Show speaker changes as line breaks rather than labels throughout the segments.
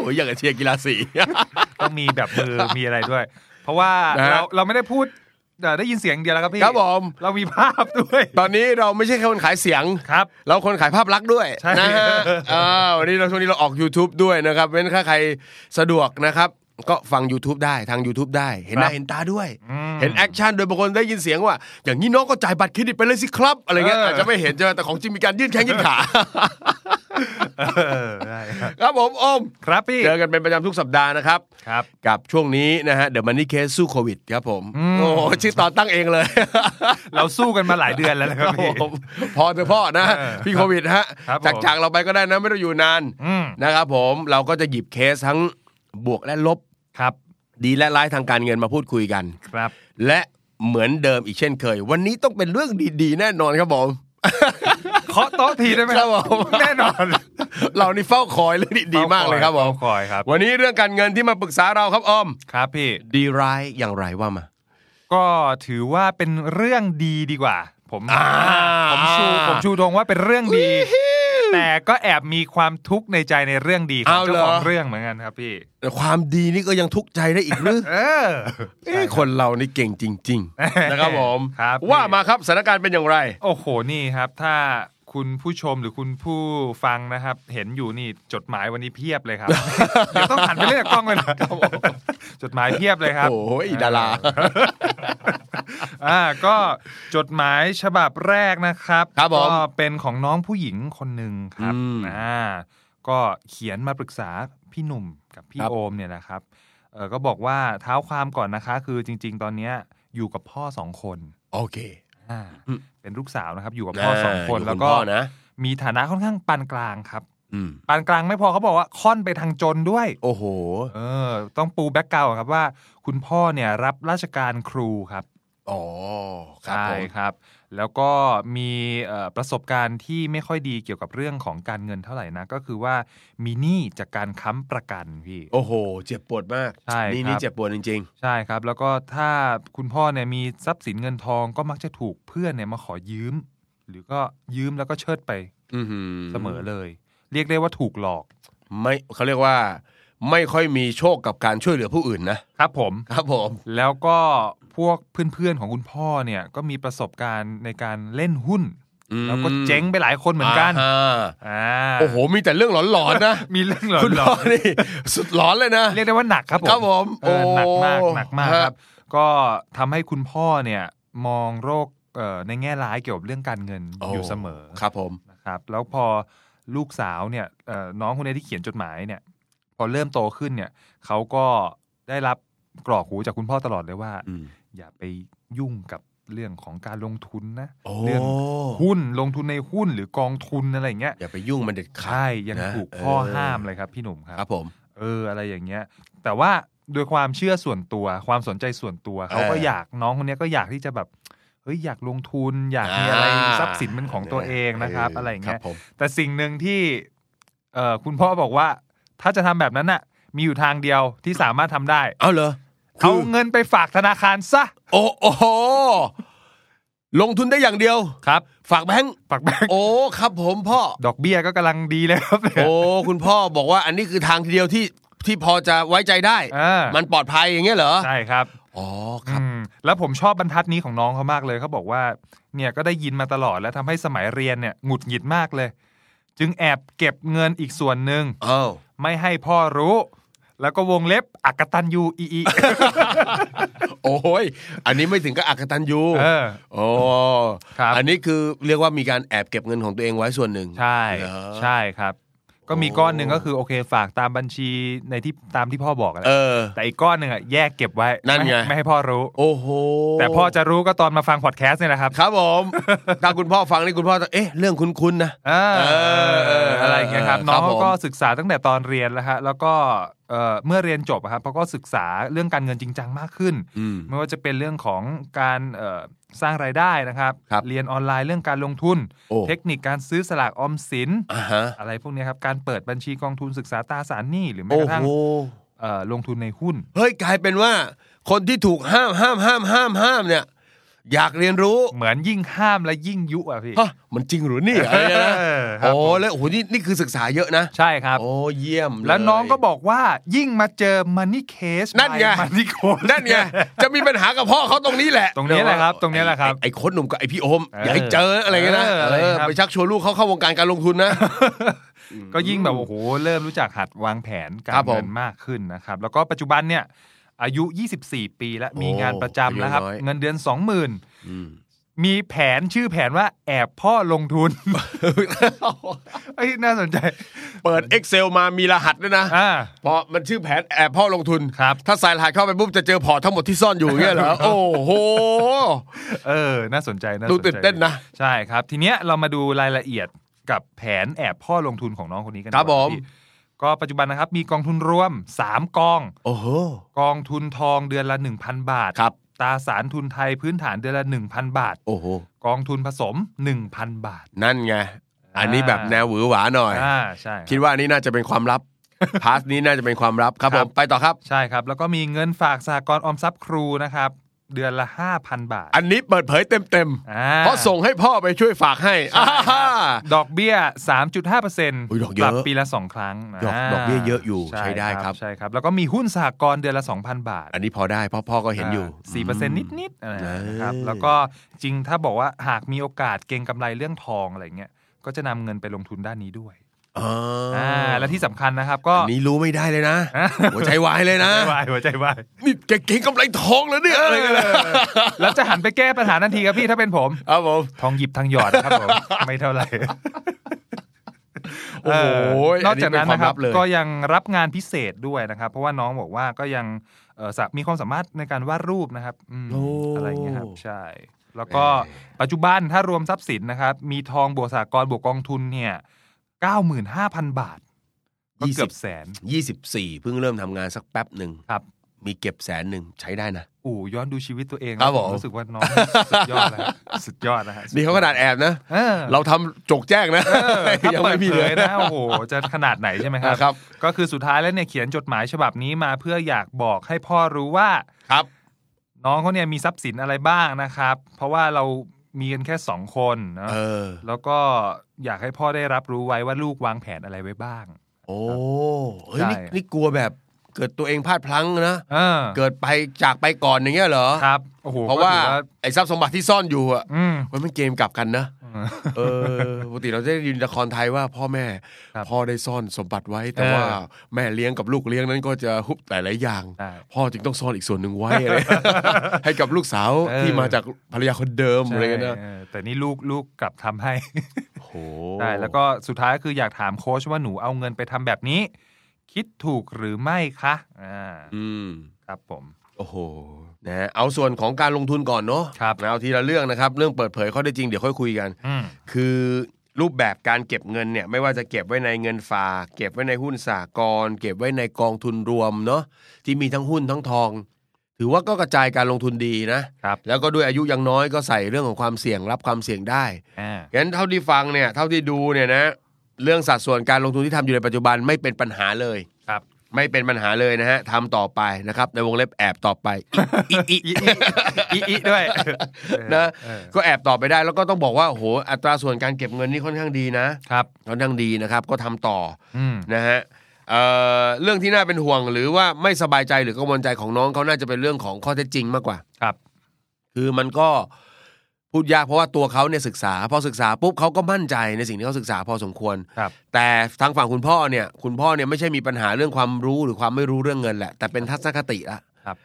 โอ้ยอยากจะเชียร์กีฬาสี
ต้องมีแบบมือ มีอะไรด้วย เพราะว่า
นะฮะ
เราเราไม่ได้พูดเอ่อได้ยินเสียงอย่างเดียวแล้วครับพี่
ครับผม
เรามีภาพด้วย
ตอนนี้เราไม่ใช่แค่คนขายเสียง
ครับ
เราคนขายภาพลักษณ์ด้วย
ใช่
นะฮะเออวันนี้เราช่วงนี้เราออก YouTube ด้วยนะครับเว้นถ้าใครสะดวกนะครับ ก็ฟัง YouTube ได้ทาง YouTube ได้ เห็นหน้าเห็นตาด้วย เห็นแอคชั่นโดยบางคนได้ยินเสียงว่า อย่างนี้น้องก็จ่ายบัตรเครดิตไปเลยสิครับ อะไรเงี้ยอาจจะไม่เห็นใช่ไหมแต่ของจริงมีการยื่นแข้งยื่นขา
เออได้ครับ
ครับผมอม
ครับพี่
เจอกันเป็นประจำทุกสัปดาห์นะครับ
ครับ
กับช่วงนี้นะฮะเด e m มันนี่เคสสู้โควิดครับผม โอ้โหชื่อตอนตั้งเองเลย
เราสู้กันมาหลายเดือนแล้วนะครับพี่
ผมพอเถอะพ่อนะ
เออ
พี่โควิดฮะ
ครับผม
จากจากเราไปก็ได้นะไม่ต้องอยู่นาน
อืม
นะครับผมเราก็จะหยิบเคสทั้งบวกและลบ
ครับ
ดีและร้ายทางการเงินมาพูดคุยกัน
ครับ
และเหมือนเดิมอีกเช่นเคย วันนี้ต้องเป็นเรื่องดีๆ แน่นอนครับ ผม
เคาะโต๊ะทีได้ไหม
ครับผม
แน่นอน
เรานี่เฝ้าคอยเรื่องดีๆมากเลยครับผม
เฝ้าคอยครับ
วันนี้เรื่องการเงินที่มาปรึกษาเราครับออม
ครับพี่
ดีร้ายอย่างไรว่ามา
ก็ถือว่าเป็นเรื่องดีดีกว่า ผม
อ่า
ผมชูผมชูธงว่าเป็นเรื่องดี แต่ก็แอบมีความทุกข์ในใจในเรื่องดีของ
เอาเหรอ
เจ้าของเรื่องเหมือนกันครับพี่
แต่ความดีนี่ก็ยังทุกข์ใจได้อีกหรือ
เออ
เอ้ยคนเรานี่เก่งจริง ๆ นะครับผม
ครับ
ว่ามาครับสถานการณ์เป็นอย่างไร
โอ้โหนี่ครับ ถ้าคุณผู้ชมหรือคุณผู้ฟังนะครับ เห็นอยู่นี่จดหมายวันนี้เพียบเลย ครับ เดี๋ยวต้องหันไปเล่นกับกล้องเลยนะจดหมายเพียบเลยครับ
โอ้ยดารา
อ่าก็จดหมายฉบับแรกนะครับ
ครับผม
ก็เป็นของน้องผู้หญิงคนหนึ่งครับ
อืม
อ่าก็เขียนมาปรึกษาพี่หนุ่มกับพี่
ครับ
โอมเนี่ยนะครับเออก็บอกว่าเท้าความก่อนนะคะ คือจริง ๆ ตอนเนี้ยอยู่กับพ่อสองคน
โอเค
อ่าเป็นลูกสาวนะครับ อยู่กับพ่อสองคน
ยู่
แล้ว
ณ
ก็
พ่อนะ
มีฐานะค่อนข้างปานกลางครับ
อืม
ปานกลางไม่พอเขาบอกว่าค่อนไปทางจนด้วย
โอ้โห
เออ ต้องปูแบ็กกราวครับว่า คุณพ่อเนี่ยรับราชการครูครับ
อ๋อครับ
ใช่
ผม
ครับ แล้วก็มีเอ่อประสบการณ์ที่ไม่ค่อยดีเกี่ยวกับเรื่องของการเงินเท่าไหร่นะ ก็คือว่ามีหนี้จากการค้ำประกันพี่
โอ้โห เจ็บปวดมาก
ใช่
นี่
ครับ
นี่เจ็บปวดจริง
ใช่ครับ แล้วก็ถ้าคุณพ่อเนี่ยมีทรัพย์สินเงินทองก็มักจะถูกเพื่อนเนี่ยมาขอยืม หรือก็ยืมแล้วก็เชิดไป
ๆ อือหื
เสมอเลย เรียกได้ว่าถูกหลอก
ไม่เขาเรียกว่า ไม่ค่อยมีโชคกับการช่วยเหลือผู้อื่นนะ
ครับผม
ครับผม
แล้วก็พวกเพื่อนๆของคุณพ่อเนี่ยก็มีประสบการณ์ในการเล่นหุ้น
อืม
แล้วก็เจ๊งไปหลายคนเหมือนกัน
อ่า
อ่า
โอ้โห มีแต่เรื่องหลอนๆนะ
มีเรื่องหลอ
คุณ
นๆ
พ่อนี่สุดหลอนเลยนะ
เรียกได้ว่าหนักครับผม
ครับผม
เออหนักมาก
โอ้
หนักมาก
ฮะ
ครับ ก็ทำให้คุณพ่อเนี่ยมองโรคเอ่อในแง่ร้ายเกี่ยวกับเรื่องการเงินอยู่เสมอ
ครับผม
นะครับ แล้วพอลูกสาวเนี่ยเอ่อน้องคนนี้ที่เขียนจดหมายเนี่ยพอเริ่มโตขึ้นเนี่ยเขาก็ได้รับกรอกหูจากคุณพ่อตลอดเลยว่า
อืม
อย่าไปยุ่งกับเรื่องของการลงทุนนะ
โอ้
เรื่องหุ้นลงทุนในหุ้นหรือกองทุนอะไรอย่างเงี้ย
อย่าไปยุ่งมันเด็ดขาด
ใช่ยัง
นะ
ถูกข้อ
เ
ห้ามเลยครับพี่หนุ่มครับ
ครับผม
เอออะไรอย่างเงี้ย แต่ว่าโดวยความเชื่อส่วนตัว ความสนใจส่วนตัว เขาก็
เอออย
อากน้องคนเนี้ยก็อยากที่จะแบบเฮ้ยอยากลงทุน อยากมีอะไร
อ่า
ทรัพย์สินเป็นของตัวเองนะครับ อะไรอย่าง
ค
เงี้
รั
ย
บผม
แต่สิ่งหนึ่งที่เอ่อคุณพ่อบอกว่า ถ้าจะทำแบบนั้นน่ะ มีอยู่ทางเดียวที่สามารถทำได้
เอาเหรอ
เอา
คือ
เงินไปฝากธนาคารซะ
โอ้โอ้โหลงทุนได้อย่างเดียว
ครับ
ฝากแบงค์
ฝากแบงก์
โอ้ครับผมพ่อ
ดอกเบี้ยก็กำลังดีเลยครับเนี่ย
โอ้คุณพ่อบอกว่าอันนี้คือทางเดียวที่ที่พอจะไว้ใจได้
อ่ามั
มันปลอดภัยอย่างเงี้ยเหรอ
ใช่ครับ
อ๋อครับ
อืมแล้วผมชอบบรรทัดนี้ของน้องเขามากเลยเขาบอกว่าเนี่ยก็ได้ยินมาตลอดและทำให้สมัยเรียนเนี่ยหงุดหงิดมากเลย จึงแอบเก็บเงินอีกส่วนหนึ่ง
อ้าว
ไม่ให้พ่อรู้ แล้วก็วงเล็บอักตันยูอีอี
โอ้ยอันนี้ไม่ถึงกับอักตันยู
เออ
โอ้
ครับ
อันนี้คือเรียกว่ามีการแอบเก็บเงินของตัวเองไว้ส่วนหนึ่ง
ใช่
เหรอ
ใช่ครับ ก็มี
โอ้
ก้อนหนึ่งก็คือโอเคฝากตามบัญชีในที่ตามที่พ่อบอกอะ
เออ
แต่อีกก้อนหนึ่งอะแยกเก็บไว้
นั่นไง
ม่ให้พ่อรู้
โอ้โห
แต่พ่อจะรู้ก็ตอนมาฟังพอดแคสต์เนี่ยแหละครับ
ครับผม ถ้าคุณพ่อฟังนี่คุณพ่อจะเอ๊ะ เรื่องคุ้นๆนะ
เออ
เออเออ
อะไรอย่างเงี้ยครับ
ครับ
น้องเขา
ผม
ก็ศึกษาตั้งแต่ตอนเรียนแล้วฮะแล้วก็ เอ่อเมื่อเรียนจบอะครับเขาก็ศึกษาเรื่องการเงินจริงจังมากขึ้น
อืม
ไม่ว่าจะเป็นเรื่องของการเอ่อสร้างรายได้นะครับ
ครับ
เรียนออนไลน์เรื่องการลงทุน
โอ้
เทคนิคการซื้อสลากออมสิน
อ่าฮะ
อะไรพวกเนี้ยครับ การเปิดบัญชีกองทุนศึกษาตราสารหนี้หรือแม้
โอ้
กระทั่ง
โห
เอ่อลงทุนในหุ้น
เฮ้ยกลายเป็นว่า คนที่ถูกห้ามห้ามห้ามห้ามห้ามเนี่ย อยากเรียนรู้
เหมือนยิ่งห้ามและยิ่งยุอ่ะพี่
ฮะมันจริงหรือนี่อะไรเนี่ยนะ
เออครับ
โอ้
ผม
แล้วโอ้โหนี่นี่คือศึกษาเยอะนะ
ใช่ครับ
โอ้เยี่ยมเย
แล้วน้องก็บอกว่ายิ่งมาเจอ Money Case
นั่นไง
มันนี่โค
นั่ นไงจะมีปัญหากับพ่อเขาตรงนี้แหละ
ตรงนี้แหละครับตรงนี้แหละครับ
ไอ้ไอ้โค้ดหนุ่มกับไอ้พี่โอม
เอออย่
อาให้เจออะไรเงี้ยนะ
เอออะไร
เออ
ครับ
ไปชักชวนลูกเขาเข้าวงการการลงทุนนะ
ก็ยิ่งแบบโอ้โหเริ่มรู้จักหัดวางแผนกา
ครั
ร
บผม
เงินมากขึ้นนะครับ แล้วก็ปัจจุบันเนี่ยอายุ 24 ปีแล้ว
โอ้
มีงานประจำแล้วครับ
อายุน้อย
เงินเดือน 20,000 มีแผนชื่อแผนว่าแอบพ่อลง ทุน เอ้ยน่าสนใจ
เปิด Excel มามีรหัสด้วยนะ
อ่า
พอมันชื่อแผนแอบพ่อลงทุน
ครับ
ถ้าใส่รหัสเข้าไปปุ๊บจะเจอพอร์ตทั้งหมดที่ซ่อนอยู่เงี้ย เหรอโอ้โห
เออ น่าสนใจน่าสน
ดู
ใจ
ตื่นเต้นนะ
ใช่ครับ ทีเนี้ยเรามาดูรายละเอียดกับแผนแอบพ่อลงทุนของน้องคนนี้กัน
ครับ
ก่อน
ผม
พี่ก็ปัจจุบันนะครับมีกองทุนรวม 3 กอง
โอ้โห
กองทุนทองเดือนละ 1,000 บาท
ครับ
ตราสารทุนไทยพื้นฐานเดือนละ 1,000 บาท
โอ้โห
กองทุนผสม 1,000 บาท
นั่นไง อันนี้แบบแนวหวือหวาหน่อย
อ่า ใช่
คิดว่าอันนี้น่าจะเป็นความลับ พาร์ทนี้น่าจะเป็นความลับครับ
ค
ผ
รับ
ม ไปต่อครับ
ใช่ครับ แล้วก็มีเงินฝากสหกรณ์ออมทรัพย์ครูนะครับ เดือนละ 5,000 บาท
อันนี้เปิดเผยเต็ม
อ่
ๆ เพราะส่งให้พ่อไปช่วยฝากให้อ่าฮ่า
ดอกเบี้ย 3.5%ป
อุ๊ยดอกเย
ป
อะ
รับปีละ 2 ครั้ง
ดอกดอกเบี้ยเยอะอยู่ใช้ได้ครับ
ใช่ครับ แล้วก็มีหุ้นสหกรณ์เดือนละ 2,000 บาท
อันนี้พอได้เพ่อพ่อก็เห็นอยู่
สี่เปอร์เซ็นต์นิดๆอะไร
เออ
นะครับ แล้วก็จริงถ้าบอกว่าหากมีโอกาสเก็งกำไรเรื่องทองอะไรเงี้ย ก็จะนำเงินไปลงทุนด้านนี้ด้วย
อ่า
อ่า และที่สำคัญนะครับก็
อันนี้รู้ไม่ได้เลยนะ
อ่ะ
หัวใจวายเลยนะ
วายหัวใจวาย
นี่แกเก่งกำไรทองแล้วเนี่ยอะไรกันนะ
แล้วจะหันไปแก้ปัญหาทันทีครับพี่ถ้าเป็นผม
ครับผม
ทองหยิบทางหยอดนะครับผม ไม่เท่าไหร่
โอ้โห
เออนอกจากนั้นนะครับ
อันนี้เป็นความลับเลย
ก็ยังรับงานพิเศษด้วยนะครับ เพราะว่าน้องบอกว่าก็ยังเอ่อสะมีความสามารถในการวาดรูปนะครับอืมอะไรอย่างเงี้ยครับใช่ แล้วก็ปัจจุบันถ้ารวมทรัพย์สินนะครับ มีทองบวกสากลบวกกองทุนเนี่ยเก้าหมื่นห้าพันบาทก็เกือบแสน
ยี่สิบสี่เพิ่งเริ่มทำงานสักแป๊บหนึ่ง
ครับ
มีเก็บแสนหนึ่งใช้ได้นะ
อู่ย้อนดูชีวิตตัวเอง
ครับ
แล้วผม
ผม
รู้สึกว่าน้องสุดยอดแล้วสุดยอดนะฮะ
นี่เขาขนาดแอบนะ
เออ
เราทำจกแจ้งนะ
ถ้า
ยัง
เปิด
ไม่มี
เผ
เลย ย
นะโอ้โห จะขนาดไหนใช่ไหมครับ
ครับ
ก็คือสุดท้ายแล้วเนี่ยเขียนจดหมายฉบับนี้มาเพื่ออยากบอกให้พ่อรู้ว่า
ครับ
น้องเขาเนี่ยมีทรัพย์สินอะไรบ้างนะครับ เพราะว่าเรามีกันแค่สองคนเนอะ
เออ
แล้วก็อยากให้พ่อได้รับรู้ไว้ว่าลูกวางแผนอะไรไว้บ้าง
โอ้เฮ้ย
ใช่
นี่นี่กลัวแบบเกิดตัวเองพลาดพลั้งนะ
เออ
เกิดไปจากไปก่อนอย่างเงี้ยเหรอ
ครับโอ้โห
เพราะว่า
ก็ถือ
ไอ้ทรัพย์สมบัติที่ซ่อนอยู่อะ
อืม
เฮ้ยมันเกมกลับกันนะ เออ ปกติเราจะได้ยินละครไทยว่าพ่อแม่
ครับ
พ่อได้ซ่อนสมบัติไว้ แต่
เออ
ว่าแม่เลี้ยงกับลูกเลี้ยงนั้นก็จะฮุบหลายๆอย่าง
ใช่
พ่อจึงต้องซ่อนอีกส่วนหนึ่งไว้อะไร ให้กับลูกสาว
เออ
ที่มาจากภรรยาคนเดิมอะไรเงี้ย
ใช่
นะ
เออแต่นี่ลูกลูกกลับทำให้
โอ้โห
ใช่แล้วก็สุดท้ายคืออยากถามโค้ชว่าหนูเอาเงินไปทำแบบนี้ คิดถูกหรือไม่คะอ่า
อืม
ครับผม
โอ้โห นะฮะเอาส่วนของการลงทุนก่อนเนาะ
ครับ
เอาทีละเรื่องนะครับ เรื่องเปิดเผยข้อได้จริงเดี๋ยวค่อยคุยกัน
อืม
คือรูปแบบการเก็บเงินเนี่ย ไม่ว่าจะเก็บไว้ในเงินฝาก เก็บไว้ในหุ้นสากลเก็บไว้ในกองทุนรวมเนาะที่มีทั้งหุ้นทั้งทอง ถือว่าก็กระจายการลงทุนดีนะครับ แล้วก็ด้วยอายุยังน้อยก็ใส่เรื่องของความเสี่ยงรับความเสี่ยงได้
อ่า
งั้นเท่าที่ฟังเนี่ยเท่าที่ดูเนี่ยนะเรื่องสัดส่วนการลงทุนที่ทำอยู่ในปัจจุบันไม่เป็นปัญหาเลย
ครับ
ไม่เป็นปัญหาเลยนะฮะทำต่อไปนะครับ ในวงเล็บแอบต่อไป อิอิ
อีอีอีอีด้วย
นะ
เออ
ก็แอบต่อไปได้แล้วก็ต้องบอกว่าโอ้โหอัตราส่วนการเก็บเงินนี่ค่อนข้างดีนะ
ครับ
ค่อนข้างดีนะครับก็ทำต่อ
อืม
นะฮะเอ่อเรื่องที่น่าเป็นห่วงหรือว่าไม่สบายใจหรือกังวลใจของน้องเขาน่าจะเป็นเรื่องของข้อเท็จจริงมากกว่า
ครับ
คือมันก็พูดยากเพราะว่าตัวเขาเนี่ยศึกษา พอศึกษาปุ๊บเขาก็มั่นใจในสิ่งที่เขาศึกษาพอสมควร
ครับ
แต่ทางฝั่งคุณพ่อเนี่ย คุณพ่อเนี่ยไม่ใช่มีปัญหาเรื่องความรู้หรือความไม่รู้เรื่องเงินแหละ แต่เป็นทัศนคติละ
ครับ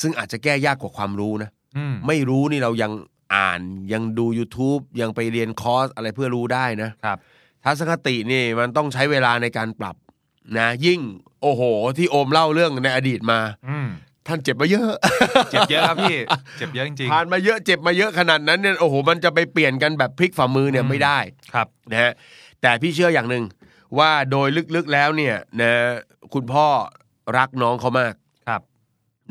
ซึ่งอาจจะแก้ยากกว่าความรู้นะ
อืม
ไม่รู้นี่เรายังอ่านยังดู YouTube ยังไปเรียนคอร์สอะไรเพื่อรู้ได้นะ
ครับ
ทัศนคตินี่มันต้องใช้เวลาในการปรับนะ ยิ่งโอ้โห ที่โอมเล่าเรื่องในอดีตมา
อืม
ท่านเจ็บมาเยอะ
เจ็บเยอะครับพี่ เจ็บเยอะจริง
ผ่านมาเยอะเจ็บมาเยอะขนาดนั้นเนี่ยโอ้โหมันจะไปเปลี่ยนกันแบบพลิกฝ่ามือเนี่ย
อืม
ไม่ได้
ๆ ครับ
นะฮะแต่พี่เชื่ออย่างหนึ่งว่าโดยลึกๆแล้วเนี่ยนะคุณพ่อ รักน้องเขามาก
ครับ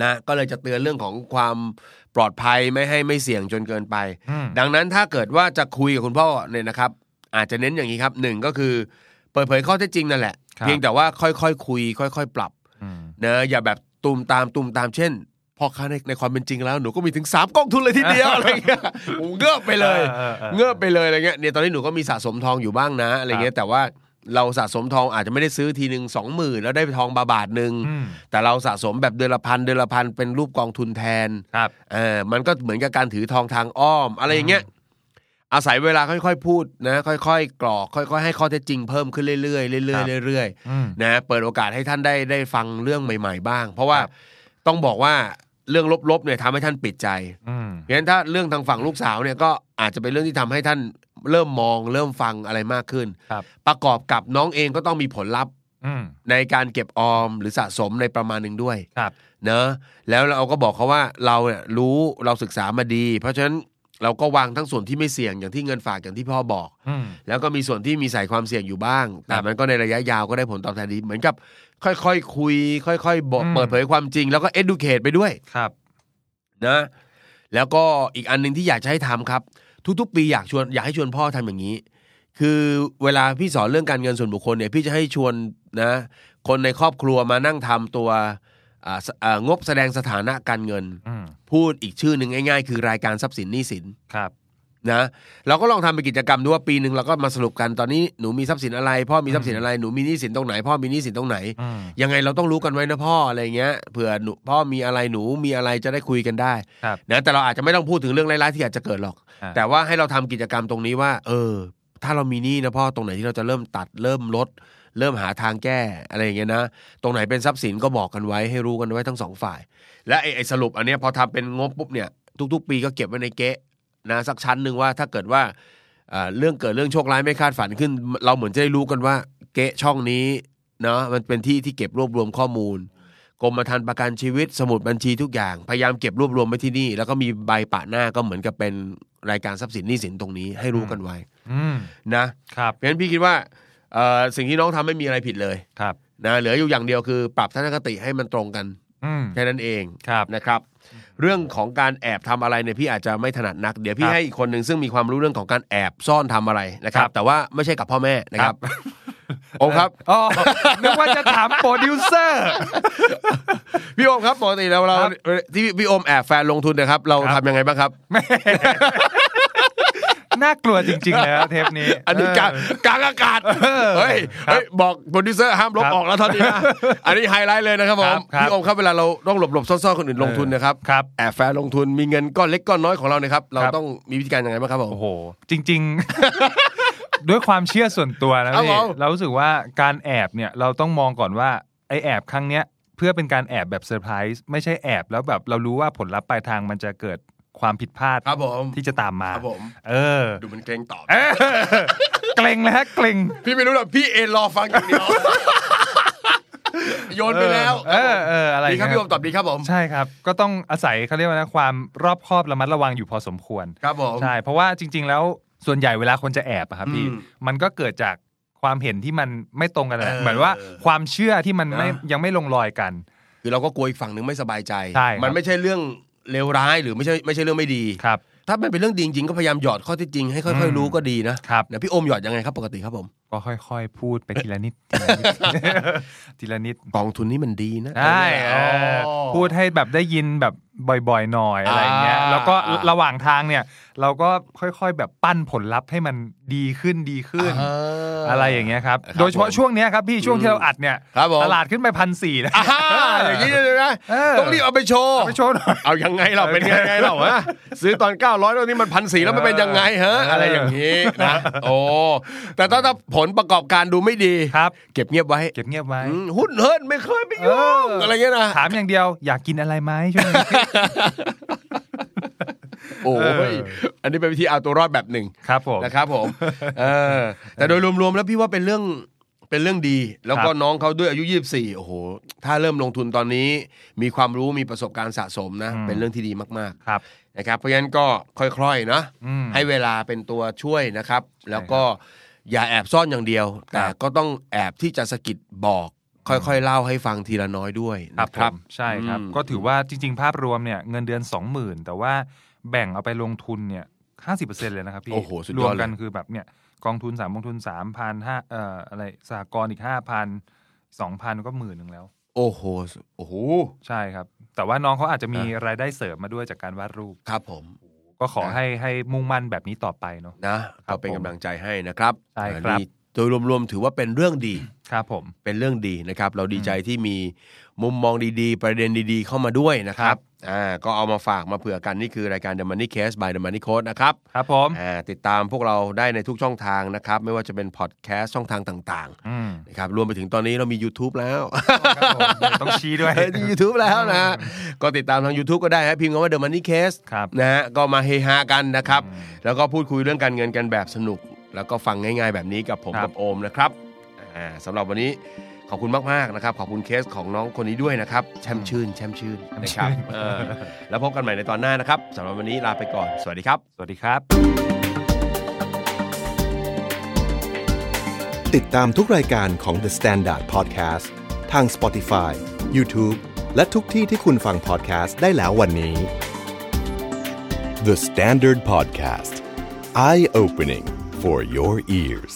นะก็เลยจะเตือนเรื่องของความปลอดภัยไม่ให้ไม่เสี่ยงจนเกินไป
อืม
ดังนั้นถ้าเกิดว่าจะคุยกับคุณพ่อเนี่ยนะครับ อาจจะเน้นอย่างนี้ครับหนึ่งก็คือเปิดเผยข้อเท็จจริงนั่นแหละ
ครับ
เพียงแต่ว่าค่อยๆคุย ค่อย ๆ ปรับ
อืม
นะอย่าแบบตุมตามตุมตามเช่นพ่อค้าในในความเป็นจริงแล้วหนูก็มีถึงสามกองทุนเลยทีเดียว อะไรเงี้ยโอ้เงือบไปเลย
ออออ
เงือบไปเลยอะไรเงี้ยเนี่ยตอนนี้หนูก็มีสะสมทองอยู่บ้างนะอะไรเงี้ยแต่ว่าเราสะสมทองอาจจะไม่ได้ซื้อทีหนึ่งสองหมื่นแล้วได้ทองบาบาทหนึ่ง
อืม
แต่เราสะสมแบบเดือนละพันเดือนละพันเป็นรูปกองทุนแทน
ครับ
เออมันก็เหมือนกับการถือทองทางอ้อม อะไรอย่างเงี้ย อาศัยเวลาค่อยๆพูดนะ ค่อยๆกรอก ค่อยๆให้ข้อเท็จจริงเพิ่มขึ้นเรื่อยๆเรื่
ครับ
อยๆเรื่อย
อืม
ๆนะ เปิดโอกาสให้ท่านได้ได้ฟังเรื่องใหม่ ๆ บ้าง เพราะว่า
ครับ
ต้องบอกว่าเรื่องลบๆเนี่ยทำให้ท่านปิดใจ
อืม
เพราะฉะนั้นถ้าเรื่องทางฝั่งลูกสาวเนี่ยก็อาจจะเป็นเรื่องที่ทำให้ท่านเริ่มมองเริ่มฟังอะไรมากขึ้น
ครับ
ประกอบกับน้องเองก็ต้องมีผลลัพธ์
อืม
ในการเก็บออมหรือสะสมในประมาณหนึ่งด้วย
ครับ
เนอะแล้วเราก็บอกเขาว่าเราเนี่ยรู้เราศึกษามาดี เพราะฉะนั้นเราก็วางทั้งส่วนที่ไม่เสี่ยงอย่างที่เงินฝากอย่างที่พ่อบอก
อืม
แล้วก็มีส่วนที่มีสายความเสี่ยงอยู่บ้าง แต่
ครับ
มันก็ในระยะยาวก็ได้ผลตอบแทนดี เหมือนกับ ค่อยๆคุย ค่อยๆบอก
อืม
เปิดเผยความจริง แล้วก็ educate ไปด้วย
ครับ
นะแล้วก็อีกอันหนึ่งที่อยากจะให้ทำครับ ทุกๆ ปีอยากชวนอยากให้ชวนพ่อทำอย่างนี้ คือเวลาพี่สอนเรื่องการเงินส่วนบุคคลเนี่ยพี่จะให้ชวนนะคนในครอบครัวมานั่งทำตัวอ่าสอ่างบแสดงสถานะการเงิน
อืม
พูดอีกชื่อหนึ่งง่ายๆ คือรายการทรัพย์สินหนี้สิน
ครับ
นะเราก็ลองทำเป็นกิจกรรมดูว่าปีหนึ่งเราก็มาสรุปกันตอนนี้หนูมีทรัพย์สินอะไร พ่อมีทรัพย์สินอะไรหนูมีหนี้สินตรงไหน พ่อมีหนี้สินตรงไหน
อืม
ยังไงเราต้องรู้กันไว้นะพ่ออะไรเงี้ยเผื่อหนูพ่อมีอะไรหนูมีอะไรจะได้คุยกันได้
ครับ
นะแต่เราอาจจะไม่ต้องพูดถึงเรื่องร้ายๆที่อาจจะเกิดหรอก
อ่า
แต่ว่าให้เราทำกิจกรรมตรงนี้ว่า เออ ถ้าเรามีหนี้นะพ่อตรงไหนที่เราจะเริ่มตัดเริ่มลด เริ่มหาทางแก้อะไรอย่างเงี้ยนะ ตรงไหนเป็นทรัพย์สินก็บอกกันไว้ให้รู้กันไว้ทั้งสองฝ่าย และไอ้ไอ้สรุปอันเนี้ยพอทำเป็นงบปุ๊บเนี่ยทุก ๆ ปีก็เก็บไว้ในเก๊ะนะสักชั้นหนึ่งว่าถ้าเกิดว่าเอ่อเรื่องเกิดเรื่องโชคร้ายไม่คาดฝันขึ้น เราเหมือนจะได้รู้กันว่า เก๊ะช่องนี้เนาะมันเป็นที่ที่เก็บรวบรวมข้อมูลกรมธรรม์ประกันชีวิตสมุดบัญชีทุกอย่าง พยายามเก็บรวบรวมไว้ที่นี่ แล้วก็มีใบปะหน้าก็เหมือนกับเป็นรายการทรัพย์สินหนี้สินตรงนี้ให้รู้กันไว้
อืม
นะครับ เพราะฉะนั้นพี่คิดว่าเอ่อสิ่งที่น้องทำไม่มีอะไรผิดเลย
ครับ
นะเหลืออยู่อย่างเดียวคือปรับทัศนคติให้มันตรงกัน
อืม
แค่นั้นเอง
ครับ
นะครับ เรื่องของการแอบทำอะไรเนี่ยพี่อาจจะไม่ถนัดนัก เดี๋ยว
ค
พี่
รับ
ให้อีกคนหนึ่งซึ่งมีความรู้เรื่องของการแอบซ่อนทำอะไรนะครั
ครับ บ
แต่ว่าไม่ใช่กับพ่อแม่นะครับ โอมครับ
อ๋อนึกว่าจะถามโปรดิวเซอร์
พี่โอมครับปกติแล้วเรา
ครับ
ที่พี่โอมแอบแฟนลงทุนนะครับ เรา
ค
ทำ
รับ
ยังไงบ้างครับ
น่ากลัวจริงๆแล้วเทปนี้
อันนี้กลาง
เ
กลางอากาศเฮ้ย
ครับ
เฮ้ยบอกโปรดิวเซอร์ห้ามลบ
ครับ
ออกแล้วตอนนี้ นะอันนี้ไฮไลท์เลยนะครับผ
ครั
ม
บครับ
พี่โอมครับเวลาเราต้องหลบหลบๆซ่อนๆคนอื่นลงทุนนะครับ
ครับ
แอบแฝงลงทุนมีเงินก้อนเล็กก้อนน้อยของเราเนี่ยครับ เราต้องมีวิธีการยังไงบ้างครับผม
โอ้โห จริง ๆ ด้วยความเชื่อส่วนตัวนะ
ครับ
พี่
ผม
เรารู้สึกว่าการแอบเนี่ยเราต้องมองก่อนว่าไอแอบครั้งเนี้ยเพื่อเป็นการแอบแบบเซอร์ไพรส์ไม่ใช่แอบแล้วแบบเรารู้ว่าผลลัพธ์ปลายทางมันจะเกิดความผิดพลาด
ครับผม
ที่จะตามมา
ครับผม
เออ
ดูมันเกรงตอบ
เออเกรงแล้วเกรง
พี่ไม่รู้หรอกพี่เอนรอฟังอย่างเดียว โยนไปแล้ว
เออเอออะไร
ดีครับ
เงี้ย
พี่โอมตอบดีครับผม
ใช่ครับ ก็ต้องอาศัยเขาเรียกว่านะความรอบคอบระมัดระวังอยู่พอสมควร
ครับผม
ใช่ เพราะว่าจริง ๆ แล้วส่วนใหญ่เวลาคนจะแอบอะครับพี่
อืม
มันก็เกิดจากความเห็นที่มันไม่ตรงกันแหละ
เออ
เหมือนว่าความเชื่อที่มันไม่
นะ
ยังไม่ลงรอยกัน
คือเราก็กลัวอีกฝั่งหนึ่งไม่สบายใจ
ใช่ครับ
มันไม่ใช่เรื่องเลวร้ายหรือไม่ใช่ไม่ใช่เรื่องไม่ดี
ครับ
ถ้ามันเป็นเรื่องดีจริงๆก็พยายามหยอดข้อเที่จริงให้
อื
ค่อย
ม
ๆรู้ก็ดีนะครับ เดี๋ยวพี่โอมหยอดยังไงครับปกติครับผม
ก็ค่อยๆ พูดไปทีละ นิด ทีละนิด ทีละนิด
กองทุนนี่มันดีนะ
ใช่เออ
อ๋อ
พูดให้แบบได้ยินแบบบ่อยๆหน่อยอะไรอย่างเงี้ย
อ่า
แล้วก็ระหว่างทางเนี่ย เราก็ค่อยๆ แบบปั้นผลลัพธ์ให้มันดีขึ้นดีขึ้น
อ่า
อะไรอย่างเงี้ยครับ
ครับ
โดยเฉ
ผ
พาะ
ม
ช่วงเนี้ยครับพี่ช่วงที่เราอัดเนี่ย
ครับผม
ตลาดขึ้นไปพันสี่นะ
อ่า อย่างนี้เลยนะ
เออ
ต้องรีบเอาไปโชว์
เอาไปโชว์หน่อย
เอายังไงเราเป็นยังไงเราฮะซื้อตอน 900ตอนนี้มันพันสีแล้วมันเป็นยังไงฮะ
เอออ
อะไรอย่างนี้นะโอ้แต่ถ้าถ้าผลประกอบการดูไม่ดี
ครับ
เก็บเงียบไว้
เก็บเงียบไว้
อืมหุ้นเฮิร์นไม่เคยไปยุ่ง
เอออ
อะไรเงี้ยนะ
ถามอย่างเดียวอยากกินอะไรไหมช่วง นี้
โอ้
เอย อ
อันนี้เป็นวิธีเอาตัวรอดแบบหนึ่ง
ครับผม
นะครับผมเออแต่โดยรวมๆแล้วพี่ว่าเป็นเรื่องเป็นเรื่องดี แล้วก็
ครับ
น้องเขาด้วยอายุ 24โอ้โหถ้าเริ่มลงทุนตอนนี้ มีความรู้มีประสบการณ์สะสมนะ เป็นเรื่องที่ดีมากๆ
ครับ
นะครับเพราะฉะนั้นก็ค่อยๆนะ
อืม
ให้เวลาเป็นตัวช่วยนะครับ แล้วก็อย่าแอบซ่อนอย่างเดียว แต่ก็ต้องแอบที่จะสะกิดบอก ค่อยๆเล่าให้ฟังทีละน้อยด้วย
ครับ
นะ
ผ
ครับ
มใช่ครับ
อืม
ก็ถือว่าจริง ๆ ภาพรวมเนี่ยเงินเดือน 20,000 แต่ว่าแบ่งเอาไปลงทุนเนี่ยห้าสิบเปอร์เซ็นเลยนะครับพี่
โอ้โหสุด
ร
ยวอ
ม
ดเล
กั
ย
นคือแบบเนี่ยกองทุนสามกองทุนสามพันห้าเอ่ออะไรสหกรณ์อีกห้าพันสองพันก็หมื่นหนึ่งแล้ว
โอ้โหโอ้โห
ใช่ครับ แต่ว่าน้องเขาอาจจะมี
อ่ะ
รายได้เสริมมาด้วยจากการวาดรูป
ครับผม
ก็ขอ
นะ
ให้ให้มุ่งมั่นแบบนี้ต่อไปเนาะ
นะ
ครั
ก็
บ
เป็นกำลังใจให้นะครับ
ใช่
อัน
ครับ
นี้โดยรวมๆถือว่าเป็นเรื่องดี
ครับผม
เป็นเรื่องดีนะครับ เราดีใจที่มีมุมมองดีๆ ประเด็นดีๆ เข้ามาด้วยนะครับอ่าก็เอามาฝากมาเผื่อกันนี่คือรายการ The Money Case by The Money Code นะครับ
ครับผม
อ่าติดตามพวกเราได้ในทุกช่องทางนะครับ ไม่ว่าจะเป็นพอดแคสต์ช่องทางต่าง
อืม
ๆนะครับรวมไปถึงตอนนี้เรามี YouTube แล้ว
ครับผมเดี๋ยวต้องชี้ด้วย
ที่ YouTube แล้วนะฮะก็ติดตามทาง YouTube ก็ได้ฮะพิมพ์คำว่า The Money Case
ครับ
นะฮะก็มาเฮฮากันนะครับ แล้วก็พูดคุยเรื่องการเงินกันแบบสนุก แล้วก็ฟังง่ายๆแบบนี้กับผม
ครับ
กับโอมนะครับอ่าสำหรับวันนี้ขอบคุณมากๆนะครับ ขอบคุณเคสของน้องคนนี้ด้วยนะครับ แช่มชื่น แช่มชื่นนะครับเออแล้วพบกันใหม่ในตอนหน้านะครับสำหรับวันนี้ลาไปก่อน สวัสดีครับ
สวัสดีครับ
ติดตามทุกรายการของ The Standard Podcast ทาง Spotify, YouTube และทุกที่ที่คุณฟัง podcast ได้แล้ววันนี้ The Standard Podcast Eye Opening for Your Ears